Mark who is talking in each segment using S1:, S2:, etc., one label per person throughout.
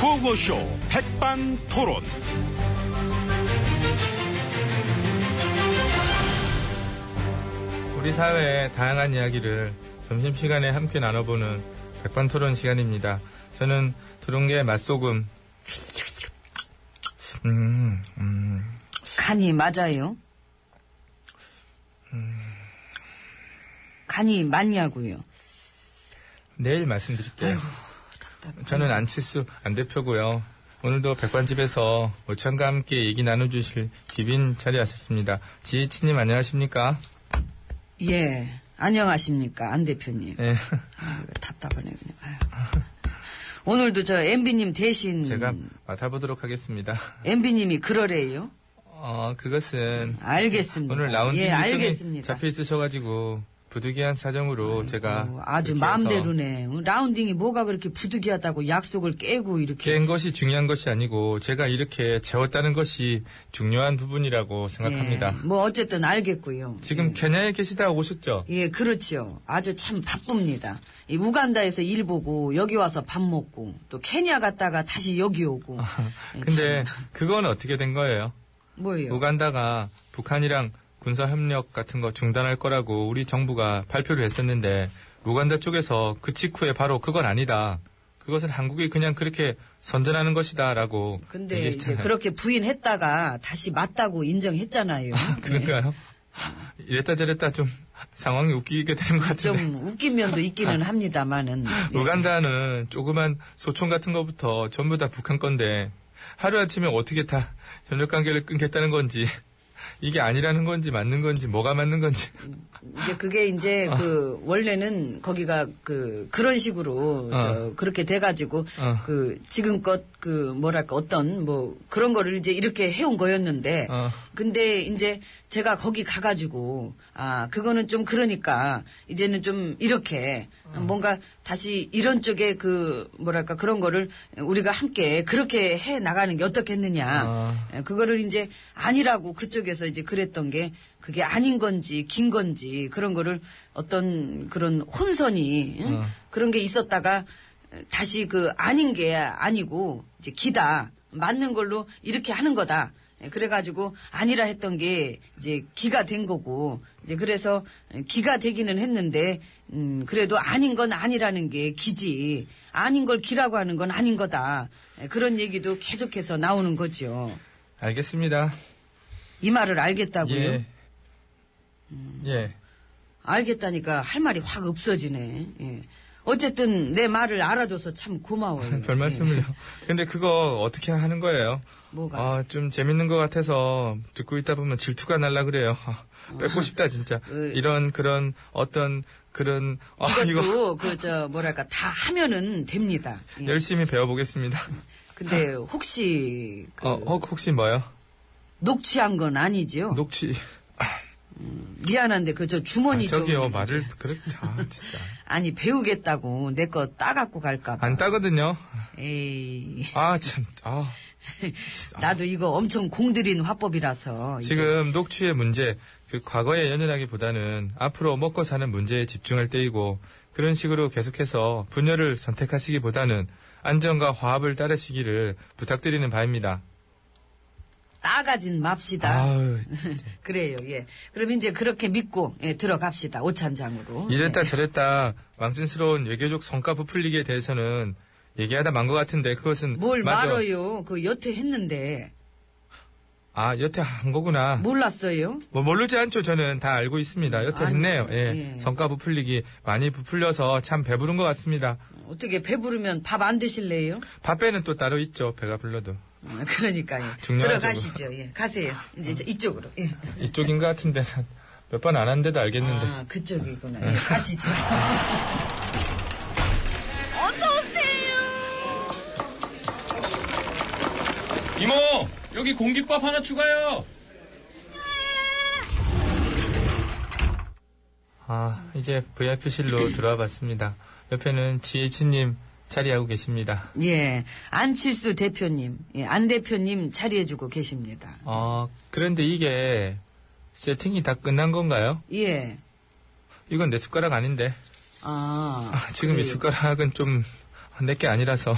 S1: 라디오쇼 백반토론.
S2: 우리 사회의 다양한 이야기를 점심시간에 함께 나눠보는 백반토론 시간입니다. 저는 두롱계 맛소금. 음, 음,
S3: 간이 맞아요? 간이 맞냐고요?
S2: 내일 말씀드릴게요. 저는 안칠수 안 대표고요. 오늘도 백반집에서 모창과 함께 얘기 나눠주실 기빈 자리하셨습니다. 지혜치님 안녕하십니까?
S3: 예. 안녕하십니까, 안 대표님.
S2: 예.
S3: 아, 답답하네, 그냥. 아유. 오늘도 저 MB님 대신.
S2: 제가 맡아보도록 하겠습니다.
S3: MB님이 그러래요?
S2: 어, 그것은
S3: 알겠습니다.
S2: 오늘 라운딩
S3: 예,
S2: 일정이
S3: 알겠습니다.
S2: 잡혀 있으셔가지고 부득이한 사정으로 제가
S3: 어, 아주
S2: 이렇게 해서
S3: 마음대로네. 어, 라운딩이 뭐가 그렇게 부득이하다고 약속을 깨고 이렇게. 예,
S2: 깬 것이 중요한 것이 아니고 제가 이렇게 재웠다는 것이 중요한 부분이라고 생각합니다.
S3: 예, 음. 뭐 어쨌든 알겠고요.
S2: 지금 케냐에 계시다 오셨죠?
S3: 예, 그렇죠. 아주 참 바쁩니다. 이 우간다에서 일 보고 여기 와서 밥 먹고 또 케냐 갔다가 다시 여기 오고. 예,
S2: 근데
S3: 참.
S2: 그건 어떻게 된 거예요?
S3: 뭐예요?
S2: 우간다가 북한이랑 군사 협력 같은 거 중단할 거라고 우리 정부가 발표를 했었는데 우간다 쪽에서 그 직후에 바로 그건 아니다. 그것은 한국이 그냥 그렇게 선전하는 것이다라고
S3: 근데 이제
S2: 얘기했잖아요.
S3: 그렇게 부인했다가 다시 맞다고 인정했잖아요. 예,
S2: 그런가요? 이랬다 저랬다 좀 상황이 웃기게 되는 것
S3: 예,
S2: 같은데.
S3: 네. 좀 웃긴 면도 있기는 합니다만은. 예.
S2: 우간다는 조그만 소총 같은 거부터 전부 다 북한 건데 하루아침에 어떻게 다 협력 관계를 끊겠다는 건지 이게 아니라는 건지 맞는 건지 뭐가 맞는 건지
S3: 이제 그게
S2: 어.
S3: 이제 그 원래는 거기가 그 그런 식으로
S2: 어.
S3: 저 그렇게 돼가지고
S2: 어.
S3: 그 지금껏 그 뭐랄까 어떤 뭐 그런 거를 이제 이렇게 해온 거였는데
S2: 어.
S3: 근데 이제 제가 거기 가가지고 아 그거는 좀 그러니까 이제는 좀 이렇게 뭔가 다시 이런 쪽에 그 뭐랄까 그런 거를 우리가 함께 그렇게 해 나가는 게 어떻겠느냐
S2: 어.
S3: 예, 그거를 이제 아니라고 그쪽에서 이제 그랬던 게 그게 아닌 건지 긴 건지 그런 거를 어떤 그런 혼선이 응?
S2: 어.
S3: 그런 게 있었다가 다시 그 아닌 게 아니고 이제 기다 맞는 걸로 이렇게 하는 거다. 예, 그래가지고 아니라 했던 게 이제 기가 된 거고 이제 그래서 기가 되기는 했는데 음 그래도 아닌 건 아니라는 게 기지 아닌 걸 기라고 하는 건 아닌 거다 예, 그런 얘기도 계속해서 나오는 거죠.
S2: 알겠습니다.
S3: 이 말을 알겠다고요?
S2: 예. 예.
S3: 알겠다니까 할 말이 확 없어지네. 예. 어쨌든 내 말을 알아줘서 참 고마워요. 예.
S2: 별 말씀을요. 근데 그거 어떻게 하는 거예요?
S3: 뭐가?
S2: 아, 좀 재밌는 것 같아서 듣고 있다 보면 질투가 날라 그래요. 아, 뺏고 싶다 진짜.
S3: 으.
S2: 이런 그런 어떤 그런 아, 이거
S3: 이것도 그 저 뭐랄까 다 하면은 됩니다. 예.
S2: 열심히 배워보겠습니다.
S3: 근데 혹시 그
S2: 어, 혹- 혹시 뭐요?
S3: 녹취한 건 아니지요?
S2: 녹취.
S3: 미안한데 그 저 주머니
S2: 아, 저기요
S3: 좀
S2: 말을 그렇게 아, 진짜
S3: 아니 배우겠다고 내 거 따갖고 갈까 봐.
S2: 안 따거든요.
S3: 에이
S2: 아 참. 아
S3: 나도 이거 엄청 공들인 화법이라서 이게
S2: 지금 녹취의 문제 그 과거에 연연하기보다는 앞으로 먹고 사는 문제에 집중할 때이고 그런 식으로 계속해서 분열을 선택하시기보다는 안정과 화합을 따르시기를 부탁드리는 바입니다.
S3: 따가진 맙시다.
S2: 아우
S3: 그래요, 예. 그럼 이제 그렇게 믿고, 예, 들어갑시다. 오찬장으로.
S2: 이랬다
S3: 예.
S2: 저랬다 왕진스러운 외교적 성과 부풀리기에 대해서는 얘기하다 만 것 같은데 그것은
S3: 예. 뭘
S2: 마저-
S3: 말어요. 그 여태 했는데.
S2: 아 여태 한 거구나.
S3: 몰랐어요?
S2: 뭐 모르지 않죠. 저는 다 알고 있습니다. 여태
S3: 아이고,
S2: 했네요. 예.
S3: 예.
S2: 성과 부풀리기 많이 부풀려서 참 배부른 것 같습니다.
S3: 어떻게 배부르면 밥 안 드실래요?
S2: 밥 배는 또 따로 있죠. 배가 불러도
S3: 어, 그러니까요.
S2: 중요하죠. 음.
S3: 들어가시죠. 예. 가세요. 이제 저 이쪽으로. 예.
S2: 이쪽인 것 같은데 몇 번 안 한데도 알겠는데.
S3: 아, 그쪽이구나.
S2: 음.
S3: 예, 가시죠.
S4: 이모 여기 공깃밥 하나 추가요
S2: 아 이제 VIP실로 들어와 봤습니다. 옆에는 지혜진님 자리하고 계십니다.
S3: 예. 안칠수 대표님, 예, 안 대표님 자리해주고 계십니다.
S2: 어 그런데 이게 세팅이 다 끝난 건가요?
S3: 예.
S2: 이건 내 숟가락 아닌데
S3: 아.
S2: 아, 지금 이
S3: 그래요.
S2: 숟가락은 좀 내 게 아니라서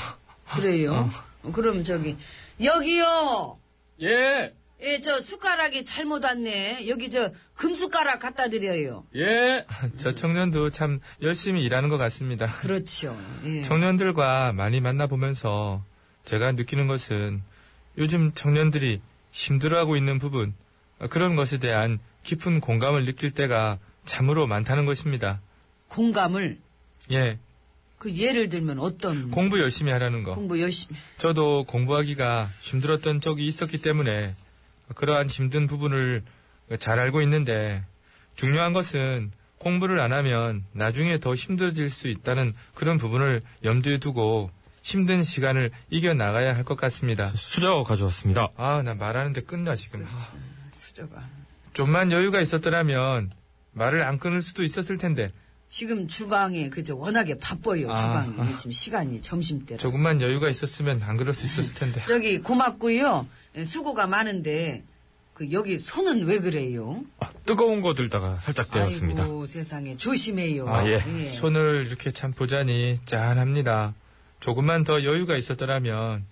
S3: 그래요?
S2: 어.
S3: 그럼 저기 여기요.
S4: 예,
S3: 예, 저 숟가락이 잘못 왔네. 여기 저 금숟가락 갖다 드려요.
S4: 예.
S2: 저 청년도 참 열심히 일하는 것 같습니다.
S3: 그렇죠. 예.
S2: 청년들과 많이 만나보면서 제가 느끼는 것은 요즘 청년들이 힘들어하고 있는 부분, 어, 그런 것에 대한 깊은 공감을 느낄 때가 참으로 많다는 것입니다.
S3: 공감을
S2: 예,
S3: 그 예를 들면 어떤
S2: 공부 열심히 하라는 거.
S3: 공부 열심히
S2: 저도 공부하기가 힘들었던 적이 있었기 때문에 그러한 힘든 부분을 잘 알고 있는데 중요한 것은 공부를 안 하면 나중에 더 힘들어질 수 있다는 그런 부분을 염두에 두고 힘든 시간을 이겨나가야 할 것 같습니다.
S5: 수저 가져왔습니다.
S2: 아, 나 말하는데 끝나, 지금. 아,
S3: 수저가
S2: 좀만 여유가 있었더라면 말을 안 끊을 수도 있었을 텐데
S3: 지금 주방에 그저 워낙에 바빠요.
S2: 아,
S3: 주방이 지금 시간이 점심때라.
S2: 조금만 여유가 있었으면 안 그럴 수 있었을 텐데.
S3: 저기 고맙고요. 예, 수고가 많은데 그 여기 손은 왜 그래요?
S5: 아, 뜨거운 거 들다가 살짝 데웠습니다.
S3: 아이고 세상에 조심해요.
S5: 아, 예.
S2: 손을 이렇게 참 보자니 짠합니다. 조금만 더 여유가 있었더라면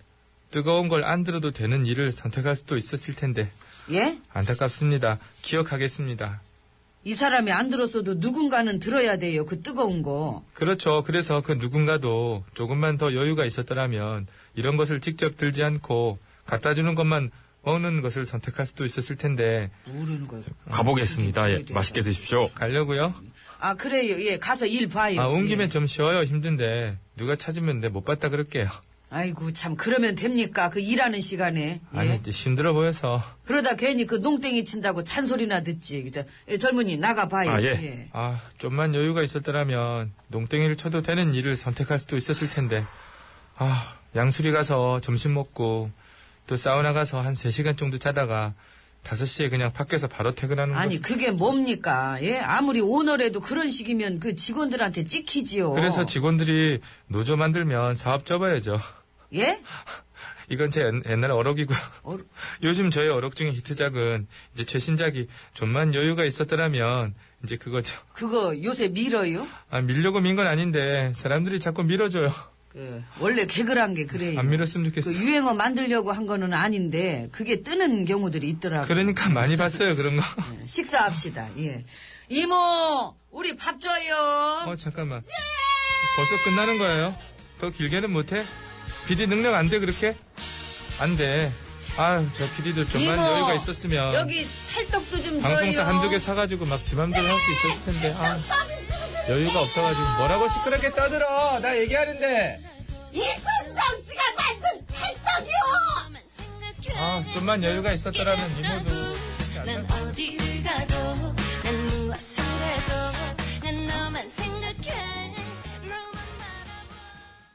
S2: 뜨거운 걸 안 들어도 되는 일을 선택할 수도 있었을 텐데
S3: 예?
S2: 안타깝습니다. 기억하겠습니다.
S3: 이 사람이 안 들었어도 누군가는 들어야 돼요. 그 뜨거운 거.
S2: 그렇죠. 그래서 그 누군가도 조금만 더 여유가 있었더라면 이런 것을 직접 들지 않고 갖다 주는 것만 먹는 것을 선택할 수도 있었을 텐데
S3: 모르는 거예요.
S5: 가보겠습니다. 예,
S3: 그게
S5: 맛있게
S3: 돼요.
S5: 드십시오.
S2: 가려고요.
S3: 아 그래요. 예, 가서 일 봐요.
S2: 아, 온 김에
S3: 예.
S2: 좀 쉬어요. 힘든데 누가 찾으면 내 못 봤다 그럴게요.
S3: 아이고 참 그러면 됩니까? 그 일하는 시간에. 예?
S2: 아니 힘들어 보여서
S3: 그러다 괜히 그 농땡이 친다고 잔소리나 듣지. 그죠? 예, 젊은이 나가 봐요.
S5: 아, 예.
S2: 아, 좀만 여유가 있었더라면 농땡이를 쳐도 되는 일을 선택할 수도 있었을 텐데. 아, 양수리 가서 점심 먹고 또 사우나 가서 한 3시간 정도 자다가 5시에 그냥 밖에서 바로 퇴근하는 거.
S3: 아니 그게 뭡니까? 예? 아무리 오너래도 그런 식이면 그 직원들한테 찍히지요.
S2: 그래서 직원들이 노조 만들면 사업 접어야죠.
S3: 예?
S2: 이건 제 옛- 옛날 어록이고요.
S3: 어록?
S2: 요즘 저의 어록 중에 히트작은 이제 최신작이 좀만 여유가 있었더라면 이제 그거죠.
S3: 그거 요새 밀어요?
S2: 아, 밀려고 민 건 아닌데 사람들이 자꾸 밀어줘요.
S3: 그 원래 개그란 게 그래요.
S2: 안 밀었으면
S3: 그
S2: 좋겠어요.
S3: 유행어 만들려고 한 거는 아닌데 그게 뜨는 경우들이 있더라고요.
S2: 그러니까 많이 봤어요 그런 거.
S3: 예, 식사합시다. 예. 이모, 우리 밥 줘요.
S2: 어 잠깐만. 벌써 끝나는 거예요? 더 길게는 못해? PD 능력 안 돼 그렇게? 안 돼. 아저 PD도 좀만
S3: 이모,
S2: 여유가 있었으면
S3: 여기 네. 찰떡도 좀
S2: 방송사
S3: 줘요.
S2: 한두 개 사가지고 막 지맘대로 할 수 있었을 텐데 아 여유가 없어가지고 뭐라고 시끄럽게 떠들어 나 얘기하는데
S6: 이순정 씨가 만든 찰떡이요!
S2: 아 좀만 여유가 있었더라면 이모도
S7: 난 어디를 가도 난 무엇을 해도 난 너만 생각해 너만 바라봐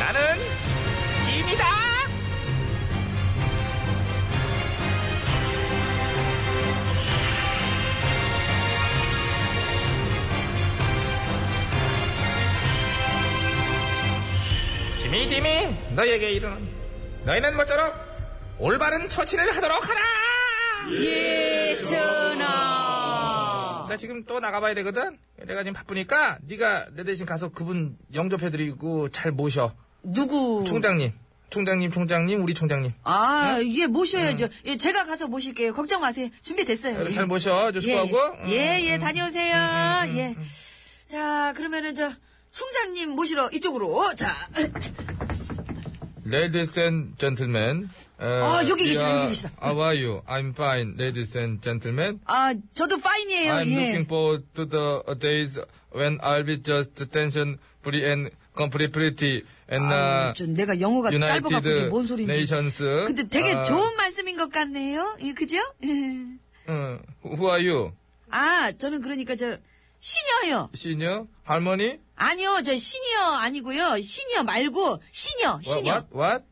S1: 나는 짐이다. 짐이 짐이 너에게 이르는 너희는 모쪼록 올바른 처치를 하도록 하라.
S3: 예, 전하.
S1: 나 지금 또 나가봐야 되거든. 내가 지금 바쁘니까 네가 내 대신 가서 그분 영접해드리고 잘 모셔.
S3: 누구?
S1: 총장님. 총장님, 총장님, 우리 총장님.
S3: 아, 예, 모셔야죠. 예, 제가 가서 모실게요. 걱정 마세요.
S2: 네,
S3: 준비됐어요.
S1: 잘 모셔, 저
S3: 예,
S1: 수고하고.
S2: 음.
S3: 예, 예, 다녀오세요. 예. 자, 그러면은 저 총장님 모시러 이쪽으로. 자,
S2: Ladies and gentlemen. 어,
S3: 아, 여기
S2: we
S3: 계시다,
S2: are-
S3: 여기 계시다.
S2: How are you? I'm fine, ladies and gentlemen.
S3: 아, 저도 파인이에요.
S2: I'm
S3: 예.
S2: looking forward to the uh, days when I'll be just tension free and complete pretty and
S3: 아,
S2: uh,
S3: 전 내가 영어가 짧아갖고 이게
S2: United
S3: 뭔 소린지.
S2: Nations.
S3: 근데 되게
S2: 아,
S3: 좋은 말씀인 것 같네요. 예, 그죠? 예.
S2: 응. who are you?
S3: 아, 저는 그러니까 저 시녀요.
S2: Senior? Harmony?
S3: 아니요, 저 시니어 아니고요. 시니어 말고 시녀,
S2: What?
S3: 시녀.
S2: What? What?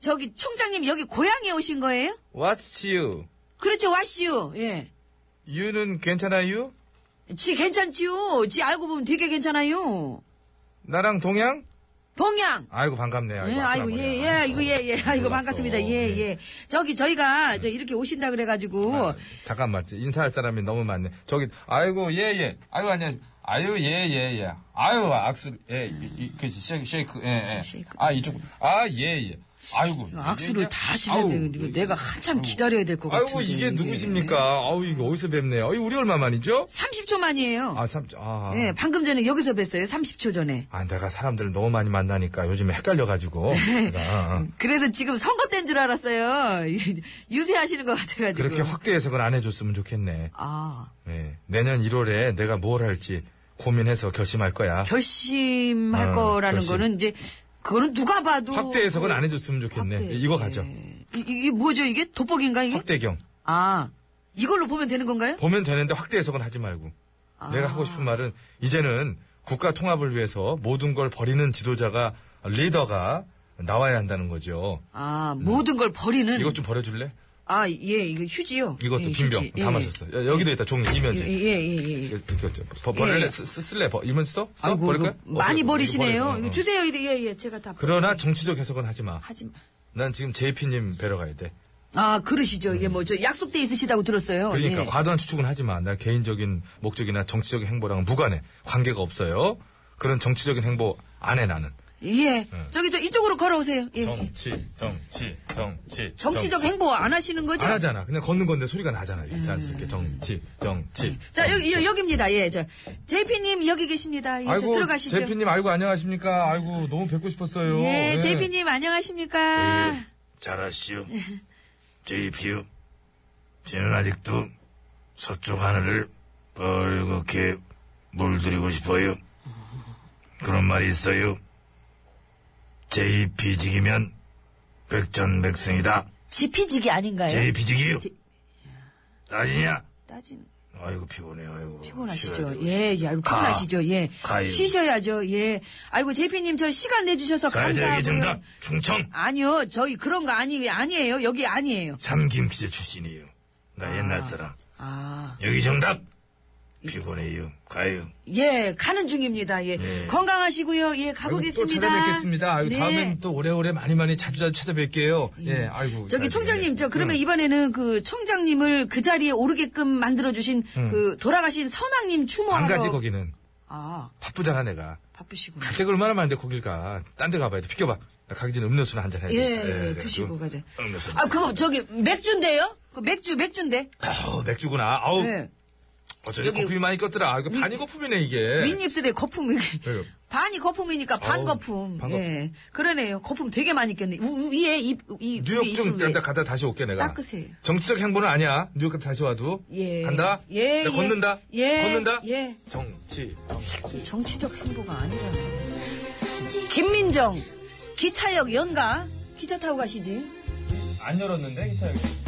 S3: 저기 총장님 여기 고향에 오신 거예요?
S2: What's you?
S3: 그렇죠, 와시요. 예.
S2: You는 괜찮아요?
S3: 지 괜찮지요. 지 알고 보면 되게 괜찮아요.
S2: 나랑 동양?
S3: 동양.
S2: 아이고 반갑네요.
S3: 예, 아이고,
S2: 아슬아머니야. 네.
S3: 예, 예, 이거, 예, 예, 아이고,
S2: 몰랐어.
S3: 반갑습니다. 예, 예. 저기, 저희가, 저, 이렇게 오신다 그래가지고,
S2: 아, 잠깐만 인사할 사람이 너무 많네. 저기 아이고 예예. 아이고 안녕. 아유 예예예. 아유 악수 예그 쉐이크 쉐이크 예예.
S3: 쉐이크.
S2: 아 이쪽 아 예예. 아이고
S3: 악수를 다
S2: 네. 아우, 예,
S3: 하시는데, 이거 내가 한참 기다려야 될 것 같은데. 예.
S2: 아이고 이게 누구십니까? 아우 이거 어디서 뵙네요. 아유 우리 얼마 만이죠?
S3: 30초 만이에요.
S2: 아 삼. 아.
S3: 예, 방금 전에 여기서 뵀어요. 30초 전에.
S2: 아 내가 사람들 너무 많이 만나니까 요즘에 헷갈려가지고
S3: 네.
S2: 내가 어,
S3: 그래서 지금 선거 때인 줄 알았어요. 유세하시는 것 같아가지고.
S2: 그렇게 확대 해석은 안 해줬으면 좋겠네.
S3: 아,
S2: 예. 내년 1월에 내가 뭘 할지 고민해서 결심할 거야.
S3: 결심할
S2: 어,
S3: 거라는
S2: 결심.
S3: 거는 이제, 그거는 누가 봐도.
S2: 확대 해석은 안 해줬으면 좋겠네.
S3: 확대.
S2: 이거 가죠.
S3: 예. 이, 이게 뭐죠? 이게 돋보기인가, 이게?
S2: 확대경.
S3: 아, 이걸로 보면 되는 건가요?
S2: 보면 되는데 확대 해석은 하지 말고. 내가 하고
S3: 아.
S2: 싶은 말은 이제는 국가 통합을 위해서 모든 걸 버리는 지도자가 리더가 나와야 한다는 거죠.
S3: 아, 모든 걸 버리는.
S2: 이것 좀 버려줄래?
S3: 아, 예, 이거 휴지요.
S2: 이것도
S3: 예,
S2: 빈병
S3: 휴지. 예.
S2: 다 마셨어. 여- 여기도 있다 종이
S3: 예,
S2: 이면지.
S3: 예, 예, 예.
S2: 이거- 이거 버- 버릴래?
S3: 예.
S2: 쓰- 쓰- 쓸래? 버- 이면지 써? 써?
S3: 아이고,
S2: 버릴까?
S3: 이거 많이 버리시네요.
S2: 버려. 어,
S3: 이거
S2: 어.
S3: 주세요. 이거, 예, 예. 제가 다.
S2: 그러나 정치적 해석은 하지 마.
S3: 하지 마.
S2: 난 지금 JP님 뵈러 가야 돼.
S3: 아, 그러시죠. 이게 뭐, 저 약속돼 있으시다고 들었어요.
S2: 그러니까
S3: 예.
S2: 과도한 추측은 하지 마. 나 개인적인 목적이나 정치적인 행보랑은 무관해. 관계가 없어요. 그런 정치적인 행보 안 해 나는.
S3: 예. 저기, 저, 이쪽으로 걸어오세요. 예. 예.
S2: 네. 정치, 정치, 정치.
S3: 정치적 행보 안 하시는 거죠?
S2: 안 하잖아. 그냥 걷는 건데 소리가 나잖아.
S3: 음.
S2: 이렇게 자연스럽게 정치, 정치.
S3: 자, 여기, 여, 여기입니다. 예, 저. 제이피님, 여기 계십니다. 예, 저
S2: 아이고,
S3: 들어가시죠.
S2: 제피님, 아이고, 안녕하십니까. 아이고, 너무 뵙고 싶었어요.
S3: 예, 제이피님, 안녕하십니까.
S8: 잘하시오. JP요. 쟤는 아직도 서쪽 하늘을 벌겋게 물들이고 싶어요. 그런 말이 있어요. JP 직이면 백전백승이다.
S3: 지피지기 아닌가요?
S8: JP 직이요. 아니냐?
S3: 따지는.
S8: 아이고 피곤해. 아이고. 쉬어야
S3: 피곤하시죠?
S8: 되고.
S3: 예, 예, 아이고, 피곤하시죠? 예.
S8: 가요.
S3: 쉬셔야죠, 예. 아이고, 제피님, 저 시간 내주셔서
S8: 사회자
S3: 감사하고요.
S8: 얘기 정답. 충청.
S3: 아니요, 저희 그런 거 아니, 아니에요. 여기 아니에요.
S8: 삼김 기자 출신이에요. 나 옛날 사람.
S3: 아,
S8: 여기 정답. 피곤해요. 가요.
S3: 예, 가는 중입니다, 예. 건강하시고요, 예,
S2: 아이고, 또
S3: 가보겠습니다.
S2: 찾아뵙겠습니다. 아이고,
S3: 네.
S2: 다음엔 또 오래오래 많이 많이 자주 자주 찾아뵐게요. 예, 아이고. 예. 음.
S3: 저기
S2: 나중에.
S3: 총장님, 저 그러면 이번에는 그 총장님을 그 자리에 오르게끔 만들어주신 그 돌아가신 선왕님 추모하러.
S2: 안 가지, 거기는.
S3: 아,
S2: 바쁘잖아, 내가.
S3: 바쁘시구나.
S2: 갈 데가 얼마나 많은데 거길 가. 딴 데 가봐야 돼. 비켜봐. 나 가기 전에 음료수나 한잔 해야
S3: 예,
S2: 돼.
S3: 예, 드시고 가자.
S8: 음료수.
S3: 아, 그거 저기 맥주인데요? 그 맥주, 맥주인데.
S2: 아우, 맥주구나. 아우.
S3: 예.
S2: 어쩐지
S3: 여기-
S2: 거품이 많이 꼈더라. 아, 이거 반이 거품이네, 이게.
S3: 윗입술에 거품이
S2: 예.
S3: 반이 거품이니까 반
S2: 어우,
S3: 거품.
S2: 반
S3: 예. 그러네요. 거품 되게 많이 꼈네. 우, 위에 입, 이 위에
S2: 뉴욕 좀
S3: 입술
S2: 간다
S3: 위에.
S2: 가다 다시 올게 내가.
S3: 닦으세요.
S2: 정치적 행보는 아니야. 뉴욕 갔다 다시 와도.
S3: 예.
S2: 간다.
S3: 예,
S2: 내가
S3: 예.
S2: 걷는다.
S3: 예.
S2: 걷는다.
S3: 예.
S2: 정치.
S3: 정치적 행보가 아니라는 김민정 기차역 연가 기차 타고 가시지.
S2: 안 열었는데 기차 여기.